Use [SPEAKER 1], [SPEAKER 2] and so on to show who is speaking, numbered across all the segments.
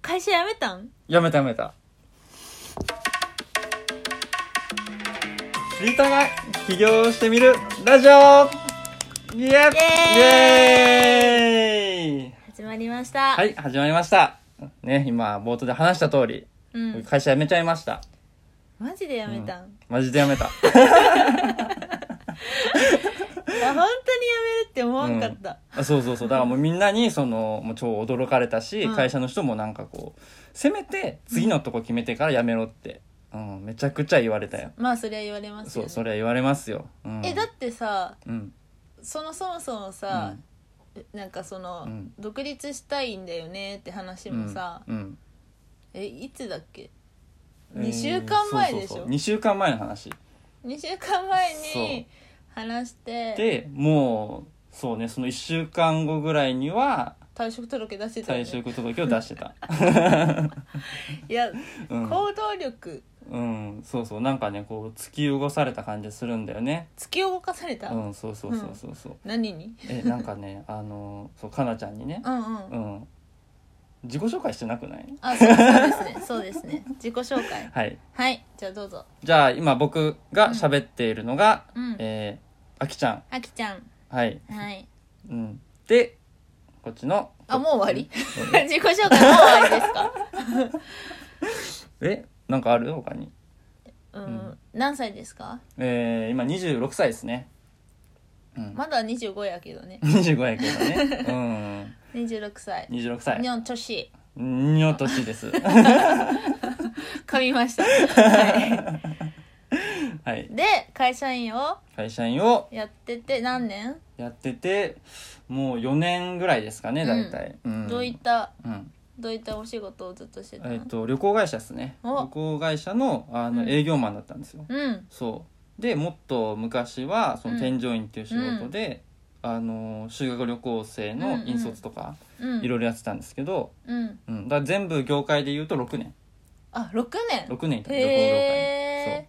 [SPEAKER 1] 会社辞めたん
[SPEAKER 2] やめたやめたリタが起業してみるラジオイエイ
[SPEAKER 1] エ
[SPEAKER 2] イエーイ
[SPEAKER 1] 始まりました
[SPEAKER 2] はい始まりましたね今冒頭で話した通り、
[SPEAKER 1] うん
[SPEAKER 2] 会社辞めちゃいました
[SPEAKER 1] マジで辞めたん、
[SPEAKER 2] マジで辞め た
[SPEAKER 1] いや本当に辞めるって思わんかった、
[SPEAKER 2] あそうそうそうだからもうみんなにそのもう超驚かれたし、
[SPEAKER 1] うん
[SPEAKER 2] 会社の人もなんかこうせめて次のとこ決めてから辞めろって、うん、めちゃくちゃ言われたよ
[SPEAKER 1] まあそりゃ言われますよ
[SPEAKER 2] そう
[SPEAKER 1] ね
[SPEAKER 2] それは言われますよ、うん、
[SPEAKER 1] えだってさ
[SPEAKER 2] うん
[SPEAKER 1] そのそもそもさ、なんかその、
[SPEAKER 2] うん
[SPEAKER 1] 独立したいんだよねって話もさ、
[SPEAKER 2] うん
[SPEAKER 1] えいつだっけ
[SPEAKER 2] うん
[SPEAKER 1] 2週間前でしょ、
[SPEAKER 2] そうそうそう2週間前の話
[SPEAKER 1] 2週間前に
[SPEAKER 2] そ
[SPEAKER 1] 話して
[SPEAKER 2] でもうそうねその1週間後ぐらいには
[SPEAKER 1] 退職届出してたよ
[SPEAKER 2] 退
[SPEAKER 1] ね
[SPEAKER 2] 職届を出して た、
[SPEAKER 1] いや、
[SPEAKER 2] うん
[SPEAKER 1] 行動力
[SPEAKER 2] うん、そうそうなんかねこう突き動かされた感じするんだよね
[SPEAKER 1] 突き動かされた、
[SPEAKER 2] うんそうそうそうそうそう、
[SPEAKER 1] 何に
[SPEAKER 2] えなんかねあのそうかなちゃんにね
[SPEAKER 1] うんうん、
[SPEAKER 2] うん自己紹介してなくない
[SPEAKER 1] あそうそうですねそうですね自己紹介
[SPEAKER 2] はい
[SPEAKER 1] はいじゃあどうぞ
[SPEAKER 2] じゃあ今僕が喋っているのが、
[SPEAKER 1] うん
[SPEAKER 2] えーあきちゃん
[SPEAKER 1] あきちゃん
[SPEAKER 2] はい、
[SPEAKER 1] はい
[SPEAKER 2] うん、でこっちの
[SPEAKER 1] あもう終わり
[SPEAKER 2] うん
[SPEAKER 1] 自己紹介もう終わりですか
[SPEAKER 2] えなんかある他に
[SPEAKER 1] うん、
[SPEAKER 2] うん
[SPEAKER 1] 何歳ですか
[SPEAKER 2] えー、今26歳ですね、うん、
[SPEAKER 1] まだ25やけどね
[SPEAKER 2] 25やけど ね
[SPEAKER 1] 26歳
[SPEAKER 2] うん26歳
[SPEAKER 1] 日本年
[SPEAKER 2] にょ 年です
[SPEAKER 1] 噛みました、は
[SPEAKER 2] はい
[SPEAKER 1] い、で会社員を
[SPEAKER 2] 会社員を
[SPEAKER 1] やってて何年、
[SPEAKER 2] やっててもう4年ぐらいですかね大体、うん
[SPEAKER 1] どういった
[SPEAKER 2] うん
[SPEAKER 1] どういったお仕事をずっとしてたの、
[SPEAKER 2] えっと旅行会社ですね
[SPEAKER 1] お
[SPEAKER 2] 旅行会社のあ
[SPEAKER 1] うん
[SPEAKER 2] の営業マンだったんですよ、
[SPEAKER 1] うん
[SPEAKER 2] そうでもっと昔はそ
[SPEAKER 1] うん
[SPEAKER 2] の添乗員っていう仕事で、あの修学旅行生
[SPEAKER 1] うんう
[SPEAKER 2] の
[SPEAKER 1] ん
[SPEAKER 2] 引率とか
[SPEAKER 1] うん
[SPEAKER 2] いろいろやってたんですけど、
[SPEAKER 1] うん
[SPEAKER 2] うんだから全部業界で言うと6年
[SPEAKER 1] あ六年
[SPEAKER 2] 6年いた旅行業界
[SPEAKER 1] へえ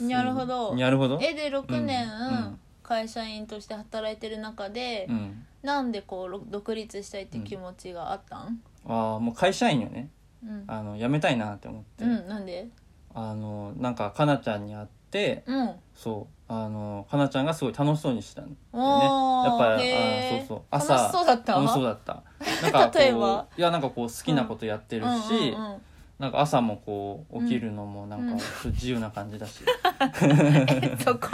[SPEAKER 2] に
[SPEAKER 1] なるほど
[SPEAKER 2] なるほど
[SPEAKER 1] えで6年、
[SPEAKER 2] うん
[SPEAKER 1] 会社員として働いてる中で、
[SPEAKER 2] うん、
[SPEAKER 1] なんでこうろ独立したいって気持ちがあったん
[SPEAKER 2] ああもう会社員よね
[SPEAKER 1] うん、
[SPEAKER 2] あの辞めたいなって思って、
[SPEAKER 1] うん、なんで
[SPEAKER 2] あのなんかかなちゃんに会って
[SPEAKER 1] うん
[SPEAKER 2] そうあのかなちゃんがすごい楽しそうにしてたんだよ
[SPEAKER 1] おー
[SPEAKER 2] ねやっぱ
[SPEAKER 1] へ
[SPEAKER 2] り
[SPEAKER 1] ー
[SPEAKER 2] あそう
[SPEAKER 1] 楽しそ
[SPEAKER 2] そう
[SPEAKER 1] うだった
[SPEAKER 2] 楽しそうだったなんかこう
[SPEAKER 1] 例えば
[SPEAKER 2] いやなんかこう好きなことやってるし、
[SPEAKER 1] うんうん
[SPEAKER 2] なんか朝もこう起きるのもなんかちょっと自由な感じだし、
[SPEAKER 1] うん、そこ、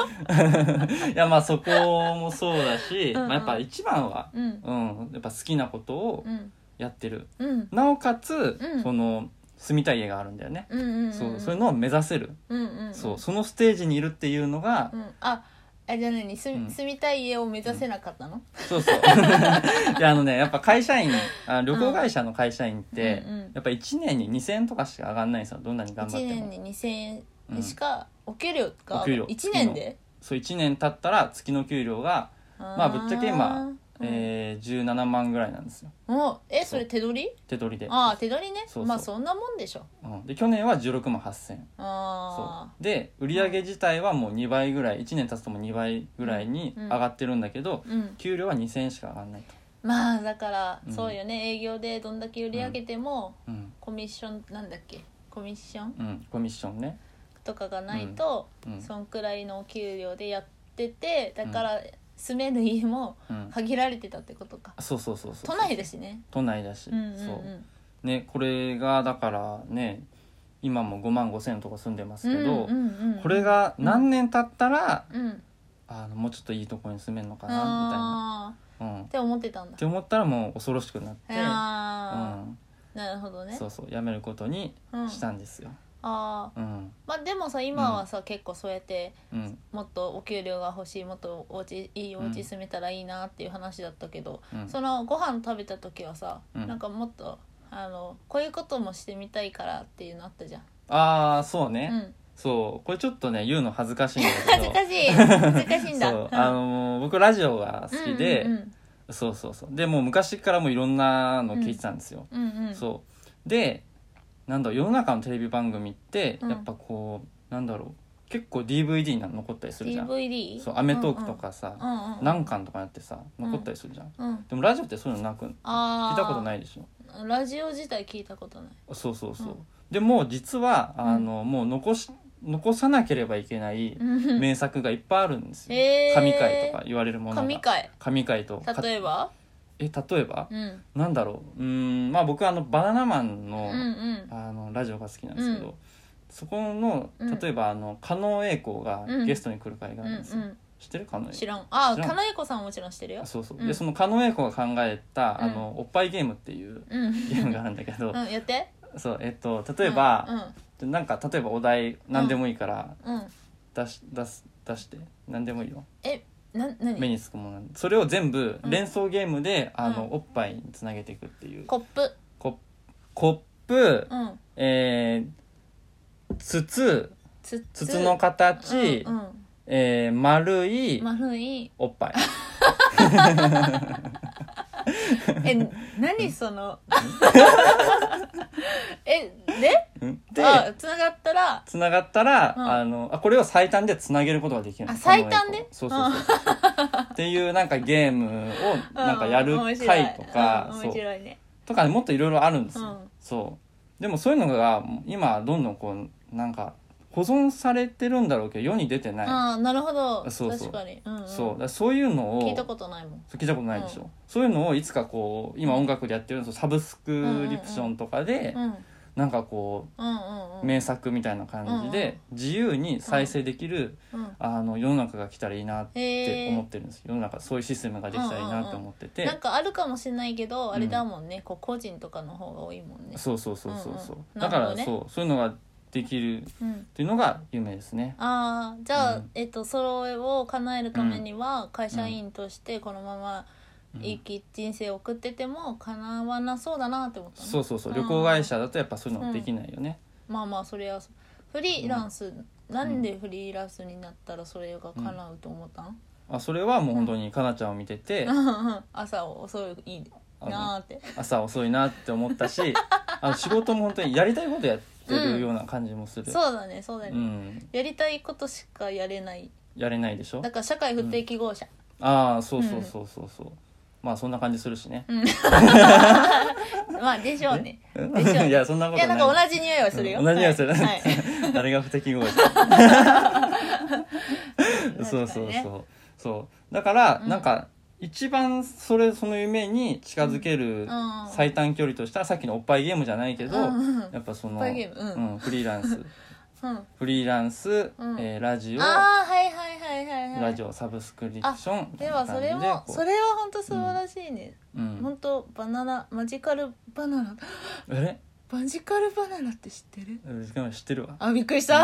[SPEAKER 2] いやまあそこもそうだし
[SPEAKER 1] うんうん
[SPEAKER 2] まあ、やっぱ一番は、
[SPEAKER 1] うん、
[SPEAKER 2] うん、やっぱ好きなことを
[SPEAKER 1] うん
[SPEAKER 2] やってる、
[SPEAKER 1] うん
[SPEAKER 2] なおかつ、
[SPEAKER 1] うん
[SPEAKER 2] その住みたい家があるんだよね、
[SPEAKER 1] うんうんうん
[SPEAKER 2] そうそういうのを目指せる、
[SPEAKER 1] うんうんうん
[SPEAKER 2] そうそのステージにいるっていうのが、
[SPEAKER 1] うんああじゃあ何住
[SPEAKER 2] う
[SPEAKER 1] み
[SPEAKER 2] ん
[SPEAKER 1] 住みたい家を目指せなかったの、
[SPEAKER 2] そう そういやあのねやっぱ会社員あ旅行会社の会社員って、
[SPEAKER 1] うんうん
[SPEAKER 2] やっぱ1年に2000円とかしか上がんないんですよどんなに頑張っ
[SPEAKER 1] 一
[SPEAKER 2] て
[SPEAKER 1] 年
[SPEAKER 2] も
[SPEAKER 1] に2000円
[SPEAKER 2] うん
[SPEAKER 1] しかお給料が
[SPEAKER 2] お給料
[SPEAKER 1] 一年で
[SPEAKER 2] そう1年経ったら月の給料が、
[SPEAKER 1] ま
[SPEAKER 2] あぶっちゃけ今
[SPEAKER 1] え
[SPEAKER 2] えー、17万ぐらいなんですよ
[SPEAKER 1] もうえそれ手取り
[SPEAKER 2] 手取りで,、
[SPEAKER 1] ああ手取りね
[SPEAKER 2] そうそう
[SPEAKER 1] まあそんなもんでしょ
[SPEAKER 2] うん、で去年は16万8000円そ
[SPEAKER 1] あ
[SPEAKER 2] うで売り上げ自体はもう2倍ぐらい1年経つとも2倍ぐらいに上がってるんだけど、
[SPEAKER 1] あうん
[SPEAKER 2] 給料は2000円しか上がんないと、
[SPEAKER 1] まあだから、
[SPEAKER 2] うん
[SPEAKER 1] そうよね営業でどんだけ売り上げても、
[SPEAKER 2] うん
[SPEAKER 1] コミッションなんだっけコミッション
[SPEAKER 2] うん、コミッションね、
[SPEAKER 1] とかがないと、
[SPEAKER 2] うん
[SPEAKER 1] そんくらいのお給料でやっててだから住める家も
[SPEAKER 2] うん、
[SPEAKER 1] 限られてたってことか、
[SPEAKER 2] そうそうそうそ
[SPEAKER 1] 都
[SPEAKER 2] う
[SPEAKER 1] 内だしね
[SPEAKER 2] 都内だし、
[SPEAKER 1] うんうんうん
[SPEAKER 2] そうね、これがだからね今も5万5千とか住んでますけ
[SPEAKER 1] うん
[SPEAKER 2] ど、
[SPEAKER 1] うんうん
[SPEAKER 2] これが何年経ったら、
[SPEAKER 1] うん
[SPEAKER 2] あのもうちょっといいとこに住めるのかな
[SPEAKER 1] あ
[SPEAKER 2] みたいな、うん、っ
[SPEAKER 1] あって思ってたんだ
[SPEAKER 2] て思ったらもう恐ろしくなって、う
[SPEAKER 1] ああ、
[SPEAKER 2] ん
[SPEAKER 1] なるほどね
[SPEAKER 2] そうそうやめることに
[SPEAKER 1] うん
[SPEAKER 2] したんですよ。
[SPEAKER 1] ああ
[SPEAKER 2] うん
[SPEAKER 1] まあでもさ今はさ、結構そうやって
[SPEAKER 2] うん
[SPEAKER 1] もっとお給料が欲しいもっとお家いいお
[SPEAKER 2] う
[SPEAKER 1] 家
[SPEAKER 2] ん
[SPEAKER 1] 住めたらいいなっていう話だったけど、
[SPEAKER 2] うん
[SPEAKER 1] そのご飯食べた時はさ、
[SPEAKER 2] うん
[SPEAKER 1] なんかもっとあのこういうこともしてみたいからっていうのあったじゃん、
[SPEAKER 2] ああそうね、
[SPEAKER 1] うん、
[SPEAKER 2] そうこれちょっとね言うの恥ずかしいんだけ
[SPEAKER 1] 恥
[SPEAKER 2] ど
[SPEAKER 1] ずかし い恥ずかしいんだ
[SPEAKER 2] そうあのー僕ラジオが好きで、
[SPEAKER 1] うんうん
[SPEAKER 2] そうそうそうでもう昔からもういろんなの聞いてたんですよ、
[SPEAKER 1] うんうんうん
[SPEAKER 2] そうでなんだろう世の中のテレビ番組って
[SPEAKER 1] うん
[SPEAKER 2] やっぱこう、なんだろう結構 DVD な残ったりするじゃん
[SPEAKER 1] DVD?
[SPEAKER 2] そう『アメトーーク』とかさ、
[SPEAKER 1] うんうん、うんうん、
[SPEAKER 2] 何巻とかやってさ残ったりするじゃん、
[SPEAKER 1] うん
[SPEAKER 2] でもラジオってそういうのなく聞い
[SPEAKER 1] ああ
[SPEAKER 2] たこと
[SPEAKER 1] い
[SPEAKER 2] ないでしょ
[SPEAKER 1] ラジオ自体聞いたことない
[SPEAKER 2] そうそうそう、
[SPEAKER 1] うん
[SPEAKER 2] でも実はあの、もう残し残さなければいけない
[SPEAKER 1] うん
[SPEAKER 2] 名作がいっぱいあるんですよ、
[SPEAKER 1] へー
[SPEAKER 2] 神回とか言われるもの が
[SPEAKER 1] 神回
[SPEAKER 2] 神回とか
[SPEAKER 1] 例えば
[SPEAKER 2] え例えば、
[SPEAKER 1] うん
[SPEAKER 2] なんだろううーんまあ僕はあのバナナマン
[SPEAKER 1] う
[SPEAKER 2] の,、
[SPEAKER 1] んうん
[SPEAKER 2] あのラジオが好きなんですけど、
[SPEAKER 1] う
[SPEAKER 2] そこの
[SPEAKER 1] うん
[SPEAKER 2] 例えばあの加納栄光が
[SPEAKER 1] うん
[SPEAKER 2] ゲストに来る回が
[SPEAKER 1] う
[SPEAKER 2] あ
[SPEAKER 1] ん
[SPEAKER 2] るんですよ、
[SPEAKER 1] う
[SPEAKER 2] 知ってる加納栄
[SPEAKER 1] ん
[SPEAKER 2] 光
[SPEAKER 1] 知らんあ
[SPEAKER 2] 知らん
[SPEAKER 1] かなえこさんはもちろんしてるよ
[SPEAKER 2] あそうそう、
[SPEAKER 1] う
[SPEAKER 2] で
[SPEAKER 1] ん
[SPEAKER 2] その狩野英孝が考えた、あのおっぱいゲームっていう
[SPEAKER 1] うん
[SPEAKER 2] ゲームがあるんだけど、
[SPEAKER 1] うんやって
[SPEAKER 2] そうえっと例えば、でなんか例えばお題何でもいいから
[SPEAKER 1] うんうんうん
[SPEAKER 2] 出し出す出して何でもいいよ
[SPEAKER 1] えな何
[SPEAKER 2] 目につくものなんでそれを全部
[SPEAKER 1] うん
[SPEAKER 2] 連想ゲームで、あ
[SPEAKER 1] う
[SPEAKER 2] の
[SPEAKER 1] ん
[SPEAKER 2] おっぱいにつなげていくっていう
[SPEAKER 1] コップ
[SPEAKER 2] ココップ、
[SPEAKER 1] うん
[SPEAKER 2] えー筒
[SPEAKER 1] つつ
[SPEAKER 2] 筒の形、
[SPEAKER 1] うんうん
[SPEAKER 2] えー丸い
[SPEAKER 1] 丸い
[SPEAKER 2] おっぱい
[SPEAKER 1] え 何そのえで
[SPEAKER 2] うんで
[SPEAKER 1] あつながったら
[SPEAKER 2] つながったら、
[SPEAKER 1] うん
[SPEAKER 2] あのあこれを最短でつなげることができるの
[SPEAKER 1] あ最短で
[SPEAKER 2] そうそうそうそうっていうなんかゲームを
[SPEAKER 1] う
[SPEAKER 2] なんかやる
[SPEAKER 1] 面白い
[SPEAKER 2] 回とか、
[SPEAKER 1] うん
[SPEAKER 2] そ
[SPEAKER 1] 面
[SPEAKER 2] う
[SPEAKER 1] 白いね
[SPEAKER 2] とかもっといろいろあるんですよ、
[SPEAKER 1] うん
[SPEAKER 2] そうでもそういうのが今どんどんこうなんか保存されてるんだろうけど世に出てない、
[SPEAKER 1] ああなるほど
[SPEAKER 2] そうそ
[SPEAKER 1] 確
[SPEAKER 2] う
[SPEAKER 1] かにうんうん
[SPEAKER 2] そうだからそういうのを
[SPEAKER 1] 聞いたことないもん
[SPEAKER 2] そう聞いたことないでしょ、そういうのをいつかこう今音楽でやってるのとサブスクリプションとかで、
[SPEAKER 1] うんうん
[SPEAKER 2] なんかこ
[SPEAKER 1] うんう
[SPEAKER 2] うん名作みたいな感じで自由に再生できる、
[SPEAKER 1] うん
[SPEAKER 2] あの世の中が来たらいいなっ
[SPEAKER 1] へ
[SPEAKER 2] て
[SPEAKER 1] え
[SPEAKER 2] 思ってるんです、世の中そういうシステムができたらいいなって思ってて、
[SPEAKER 1] なんかあるかもしれないけどあれだもんねこう個人とかの方が多いもんね
[SPEAKER 2] そうそうそうそうそう、
[SPEAKER 1] うんうん
[SPEAKER 2] だ
[SPEAKER 1] な
[SPEAKER 2] か
[SPEAKER 1] るほど
[SPEAKER 2] ら、
[SPEAKER 1] ね
[SPEAKER 2] そうそういうのができるっ
[SPEAKER 1] うん
[SPEAKER 2] ていうのが夢ですね
[SPEAKER 1] あーじゃあ、
[SPEAKER 2] うん
[SPEAKER 1] えっと、それを叶えるためには会社員としてこのまま生き、人生を送ってても叶わなそうだなって思ったの
[SPEAKER 2] そうそうそう
[SPEAKER 1] うん
[SPEAKER 2] 旅行会社だとやっぱそういうのできないよね、
[SPEAKER 1] まあまあそれはそうフリーランス、なんでフリーランスになったらそれが叶うと思ったん、
[SPEAKER 2] あそれはもう本当にかなちゃんを見てて、
[SPEAKER 1] 朝遅いいい
[SPEAKER 2] あの
[SPEAKER 1] なーって
[SPEAKER 2] 朝遅いなって思っ たしあの仕事も本当にやりたいことやってるような感じもする、
[SPEAKER 1] そうだねそうだね、
[SPEAKER 2] うん
[SPEAKER 1] やりたいことしかやれない
[SPEAKER 2] やれないでしょ
[SPEAKER 1] だから社会不適合者、
[SPEAKER 2] ああそうそうそうそうそう、まあそんな感じするしね、
[SPEAKER 1] まあでしょうね
[SPEAKER 2] うん
[SPEAKER 1] でしょ
[SPEAKER 2] いやそんなこ
[SPEAKER 1] い
[SPEAKER 2] とな
[SPEAKER 1] や
[SPEAKER 2] い
[SPEAKER 1] なんか同じ匂いはするよ、
[SPEAKER 2] うん同じ匂いはする
[SPEAKER 1] はいはい
[SPEAKER 2] 誰が不適合 者
[SPEAKER 1] 確かにね
[SPEAKER 2] そうそうそうそうだから、
[SPEAKER 1] うん
[SPEAKER 2] なんか一番それその夢に近づけ
[SPEAKER 1] う
[SPEAKER 2] る
[SPEAKER 1] ん
[SPEAKER 2] 最短距離としたらさっきのおっぱいゲームじゃない けど、
[SPEAKER 1] うん
[SPEAKER 2] やっぱそ
[SPEAKER 1] お
[SPEAKER 2] の
[SPEAKER 1] っぱいゲームうん
[SPEAKER 2] うんフリーランス
[SPEAKER 1] うん
[SPEAKER 2] フリーランス、
[SPEAKER 1] うん
[SPEAKER 2] えーラジオ
[SPEAKER 1] ああはいはいはいはいはい
[SPEAKER 2] ラジオサブスクリプション
[SPEAKER 1] ではそれもそ
[SPEAKER 2] れ、
[SPEAKER 1] れは本当素晴らしいね、
[SPEAKER 2] うん
[SPEAKER 1] 本当バナナマジカルバナナ
[SPEAKER 2] あれ
[SPEAKER 1] マジカルバナナって知ってる
[SPEAKER 2] うんしかも知ってるわ
[SPEAKER 1] あびっくりした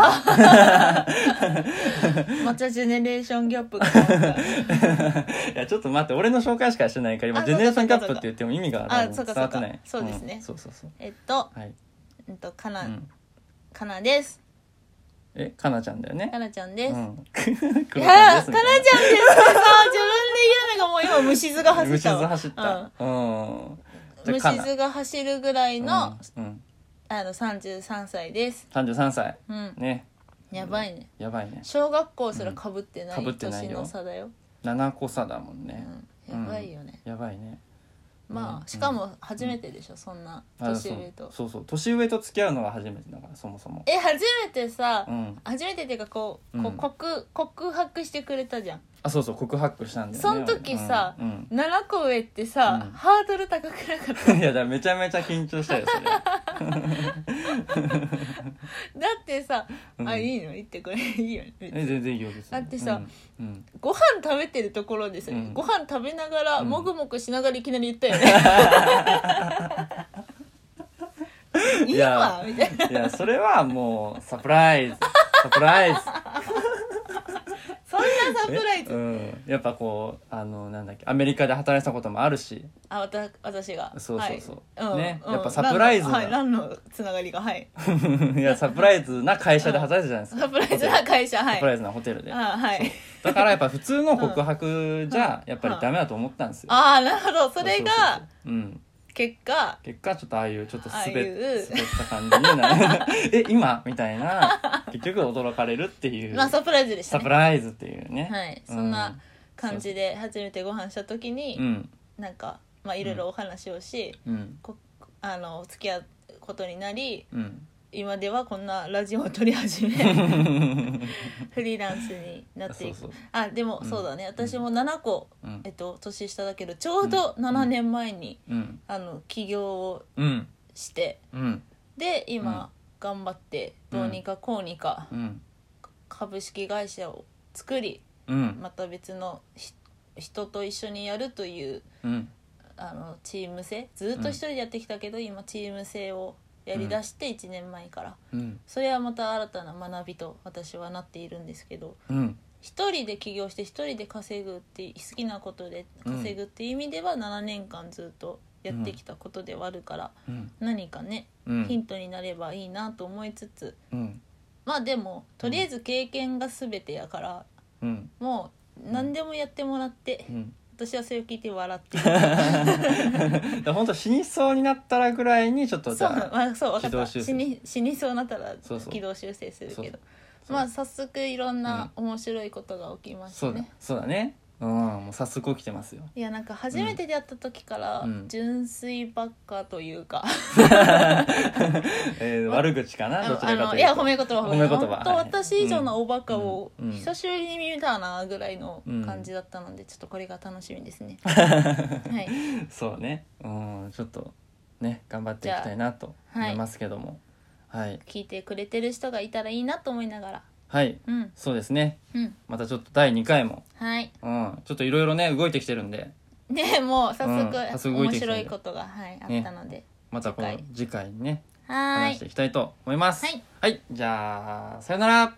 [SPEAKER 1] またジェネレーションギャップが
[SPEAKER 2] いやちょっと待って俺の紹介しかしてないから今
[SPEAKER 1] あ
[SPEAKER 2] ジェネレーションギャッ
[SPEAKER 1] そうかそ
[SPEAKER 2] プ
[SPEAKER 1] うか
[SPEAKER 2] って言っても意味が
[SPEAKER 1] あ
[SPEAKER 2] 多分
[SPEAKER 1] そうか
[SPEAKER 2] 伝わってない
[SPEAKER 1] そうかそうですね
[SPEAKER 2] んそうそうそう
[SPEAKER 1] えっと、
[SPEAKER 2] はい、
[SPEAKER 1] うんと、かな、
[SPEAKER 2] うん、
[SPEAKER 1] かなです
[SPEAKER 2] えかなちゃんだよね
[SPEAKER 1] かなちゃんです、
[SPEAKER 2] う
[SPEAKER 1] い
[SPEAKER 2] ん黒ちゃんです
[SPEAKER 1] や
[SPEAKER 2] み
[SPEAKER 1] ーかなちゃんです
[SPEAKER 2] たいな
[SPEAKER 1] ってさ自分で言うのがもう今虫図が走っ
[SPEAKER 2] 虫
[SPEAKER 1] た
[SPEAKER 2] ず
[SPEAKER 1] わ
[SPEAKER 2] 走ったうん、
[SPEAKER 1] うん、
[SPEAKER 2] じゃあ
[SPEAKER 1] 虫図が走るぐらい
[SPEAKER 2] か
[SPEAKER 1] の,、
[SPEAKER 2] なうん、うん、
[SPEAKER 1] あの33歳です
[SPEAKER 2] 33歳
[SPEAKER 1] うん
[SPEAKER 2] ね
[SPEAKER 1] やばいね
[SPEAKER 2] やばいね
[SPEAKER 1] 小学校すらかぶってな
[SPEAKER 2] うん被
[SPEAKER 1] い
[SPEAKER 2] ってない
[SPEAKER 1] 年
[SPEAKER 2] よ
[SPEAKER 1] の差だよ,、
[SPEAKER 2] 7個差だもん
[SPEAKER 1] うん
[SPEAKER 2] ね、
[SPEAKER 1] やばいよね、
[SPEAKER 2] やばいね
[SPEAKER 1] ま
[SPEAKER 2] う
[SPEAKER 1] あ
[SPEAKER 2] ん
[SPEAKER 1] しかも初めてでしょ、そんな
[SPEAKER 2] あ
[SPEAKER 1] 年上と
[SPEAKER 2] そうそうそう年上と付き合うのが初めてだからそもそも
[SPEAKER 1] え初めてさ、
[SPEAKER 2] うん
[SPEAKER 1] 初めてっていうかこう,、
[SPEAKER 2] うん
[SPEAKER 1] こう告告白してくれたじゃん
[SPEAKER 2] あそうそう告白したんだよ
[SPEAKER 1] そ
[SPEAKER 2] ね
[SPEAKER 1] ん時さ
[SPEAKER 2] 俺うん
[SPEAKER 1] 7個上ってさ、
[SPEAKER 2] うん
[SPEAKER 1] ハードル高くなかった
[SPEAKER 2] うん いやだからめちゃめちゃ緊張したよそれ
[SPEAKER 1] だってさ、
[SPEAKER 2] うん
[SPEAKER 1] あいいの言ってこれ いいよね別に
[SPEAKER 2] え全然いいよ別 に
[SPEAKER 1] だってさ
[SPEAKER 2] うんうん
[SPEAKER 1] ご飯食べてるところです、
[SPEAKER 2] うん
[SPEAKER 1] ご飯食べながら
[SPEAKER 2] うん
[SPEAKER 1] もぐもぐしながらいきなり言った よね、いいわみたいない
[SPEAKER 2] やそれはもうサプ ライズサプライズ
[SPEAKER 1] そんなサプライズ
[SPEAKER 2] うん、やっぱこうあのなんだっけアメリカで働いてたこともあるし
[SPEAKER 1] あ、わた、私が。
[SPEAKER 2] そうそうそう
[SPEAKER 1] はい
[SPEAKER 2] ね
[SPEAKER 1] うん
[SPEAKER 2] やっぱサプライズな
[SPEAKER 1] 何のはい、何のつながりが、はい。
[SPEAKER 2] いやサプライズな会社で働いてたじゃないですか、
[SPEAKER 1] サプライズな会社、は
[SPEAKER 2] サプラ
[SPEAKER 1] い。
[SPEAKER 2] イズなホテルで、
[SPEAKER 1] あ、はい。
[SPEAKER 2] だからやっぱ普通の告白じゃやっぱりダメだと思ったんですよ、
[SPEAKER 1] ああ、なるほど、それ
[SPEAKER 2] うそう
[SPEAKER 1] が
[SPEAKER 2] そううん
[SPEAKER 1] 結果。
[SPEAKER 2] 結果ちょっとああいうちょっと滑っ
[SPEAKER 1] ああいう
[SPEAKER 2] 滑った感じになるえ今みたいな結局驚かれるっていう、
[SPEAKER 1] まあ、サプライズでした
[SPEAKER 2] サプ
[SPEAKER 1] ね。
[SPEAKER 2] ライズっていうね
[SPEAKER 1] はい、
[SPEAKER 2] う
[SPEAKER 1] そんな感じで、初めてご飯した時に
[SPEAKER 2] う、ん
[SPEAKER 1] なんか、まあ、いろいろお話をし。
[SPEAKER 2] うん
[SPEAKER 1] こあの付き合うことになり
[SPEAKER 2] うん
[SPEAKER 1] 今ではこんなラジオを撮り始 めフリーランスになって
[SPEAKER 2] そ
[SPEAKER 1] いうく
[SPEAKER 2] そう
[SPEAKER 1] あでも
[SPEAKER 2] うん
[SPEAKER 1] そうだね、私も7個、
[SPEAKER 2] うん
[SPEAKER 1] えっと、年下だけどちょうど7年前に、
[SPEAKER 2] うん
[SPEAKER 1] あの起業を
[SPEAKER 2] うん
[SPEAKER 1] して
[SPEAKER 2] うん
[SPEAKER 1] で今、頑張ってどうにかこうにか
[SPEAKER 2] うん
[SPEAKER 1] 株式会社を作り
[SPEAKER 2] うん
[SPEAKER 1] また別のひ人と一緒にやるという
[SPEAKER 2] うん
[SPEAKER 1] あのチーム制ずっと一人でやってきたけど、今チーム制をやりだして1年前から、
[SPEAKER 2] うん
[SPEAKER 1] それはまた新たな学びと私はなっているんですけど
[SPEAKER 2] うん
[SPEAKER 1] 一人で起業して一人で稼ぐって好きなことで稼ぐっていう意味では7年間ずっとやってきたことではあるから、
[SPEAKER 2] うん
[SPEAKER 1] 何かね
[SPEAKER 2] うん
[SPEAKER 1] ヒントになればいいなと思いつつ
[SPEAKER 2] うん
[SPEAKER 1] まあでもとりあえず経験が全てやから
[SPEAKER 2] うん
[SPEAKER 1] もう何でもやってもらって
[SPEAKER 2] うん
[SPEAKER 1] 私はそれを聞いて笑 って
[SPEAKER 2] だから本当死にそうになったらぐらいにちょっとじ
[SPEAKER 1] そう、
[SPEAKER 2] ゃあ
[SPEAKER 1] まあ、そう、分か
[SPEAKER 2] 軌道
[SPEAKER 1] った。
[SPEAKER 2] 修正
[SPEAKER 1] 死に、死にそうになったら
[SPEAKER 2] そうそう
[SPEAKER 1] 軌道修正する
[SPEAKER 2] そう
[SPEAKER 1] け
[SPEAKER 2] そ
[SPEAKER 1] ど
[SPEAKER 2] う。そう
[SPEAKER 1] まあ、早速いろんな面白いことが起きまし
[SPEAKER 2] そ
[SPEAKER 1] た
[SPEAKER 2] うだ
[SPEAKER 1] ね。
[SPEAKER 2] そうだねうんもう早速起きてますよ
[SPEAKER 1] いや、なんか初めて出会った時から
[SPEAKER 2] う、ん
[SPEAKER 1] 純粋ばっかというか。
[SPEAKER 2] えー悪口かな
[SPEAKER 1] あ
[SPEAKER 2] どち
[SPEAKER 1] の
[SPEAKER 2] ら
[SPEAKER 1] あ
[SPEAKER 2] か
[SPEAKER 1] の、
[SPEAKER 2] というと
[SPEAKER 1] いや、褒め言葉、
[SPEAKER 2] 褒め言葉
[SPEAKER 1] 本当
[SPEAKER 2] はい
[SPEAKER 1] 私以上のおバカを
[SPEAKER 2] うんうん
[SPEAKER 1] 久しぶりに見たなぐらいの
[SPEAKER 2] うん
[SPEAKER 1] 感じだったので、ちょっとこれが楽しみです ね。はい。
[SPEAKER 2] そうねうんちょっとね頑張っていきたいなと思いますけどもはい
[SPEAKER 1] 聞いてくれてる人がいたらいいなと思いながら。
[SPEAKER 2] はい
[SPEAKER 1] うん。
[SPEAKER 2] そうですね
[SPEAKER 1] うん。
[SPEAKER 2] またちょっと第2回も
[SPEAKER 1] はい。
[SPEAKER 2] うんちょっといろいろね動いてきてるんで
[SPEAKER 1] で、もう早
[SPEAKER 2] うん早
[SPEAKER 1] 速、
[SPEAKER 2] 速動い
[SPEAKER 1] 面
[SPEAKER 2] てきたん
[SPEAKER 1] 白
[SPEAKER 2] で
[SPEAKER 1] いことが、はい、あったので。
[SPEAKER 2] またこの
[SPEAKER 1] 次
[SPEAKER 2] 次回にね
[SPEAKER 1] はー
[SPEAKER 2] 話
[SPEAKER 1] い
[SPEAKER 2] し。ていきたいと思います
[SPEAKER 1] はい、
[SPEAKER 2] はい、じゃあさよなら